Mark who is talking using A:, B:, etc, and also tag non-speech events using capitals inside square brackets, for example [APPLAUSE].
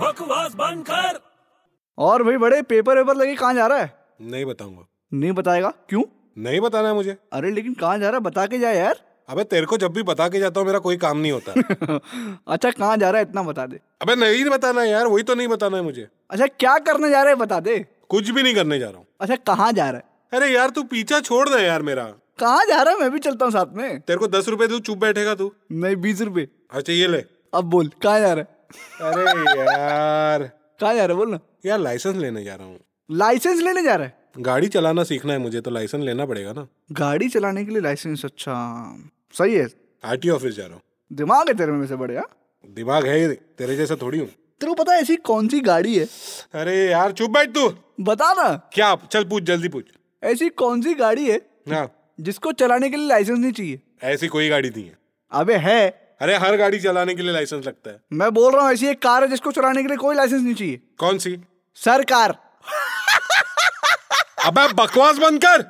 A: बकवास बंद कर
B: और भाई बड़े पेपर वेपर लेके कहाँ जा रहा है
C: नहीं बताऊंगा
B: नहीं बताएगा क्यों
C: नहीं बताना है मुझे
B: अरे लेकिन कहाँ जा रहा है बता के जाए यार [LAUGHS]
C: अबे तेरे को जब भी बता के जाता हूँ मेरा कोई काम नहीं होता
B: अच्छा कहाँ जा रहा है इतना बता दे
C: अबे नहीं बताना है यार वही तो नहीं बताना है मुझे
B: अच्छा क्या करने जा रहा है बता दे
C: कुछ भी नहीं करने जा रहा हूँ
B: अच्छा कहाँ जा रहा है
C: अरे यार तू पीछा छोड़ दे यार मेरा
B: कहाँ जा रहा है मैं भी चलता हूँ साथ में
C: तेरे को दस रुपए तू चुप बैठेगा तू
B: नहीं बीस रुपए
C: अच्छा ये ले
B: अब बोल कहाँ जा रहा है
C: अरे यार
B: कहाँ जा रहा है बोल ना
C: यार लाइसेंस लेने जा रहा हूँ
B: लाइसेंस लेने जा रहा है
C: गाड़ी चलाना सीखना है मुझे तो लाइसेंस लेना पड़ेगा ना
B: गाड़ी चलाने के लिए लाइसेंस अच्छा सही है
C: आरटीओ ऑफिस जा रहा हूँ
B: दिमाग है तेरे में से बड़े यार
C: दिमाग है ये, तेरे जैसा थोड़ी हूँ
B: तेरे को पता है ऐसी कौन सी गाड़ी है
C: अरे यार चुप बैठ तू
B: बता ना
C: क्या चल पूछ जल्दी पूछ
B: ऐसी कौन सी गाड़ी है
C: हाँ
B: जिसको चलाने के लिए लाइसेंस नहीं चाहिए
C: ऐसी कोई गाड़ी नहीं है
B: अबे है
C: अरे हर गाड़ी चलाने के लिए लाइसेंस लगता है
B: मैं बोल रहा हूँ ऐसी एक कार है जिसको चलाने के लिए कोई लाइसेंस नहीं चाहिए
C: कौन सी
B: सरकार
C: अबे बकवास बंद कर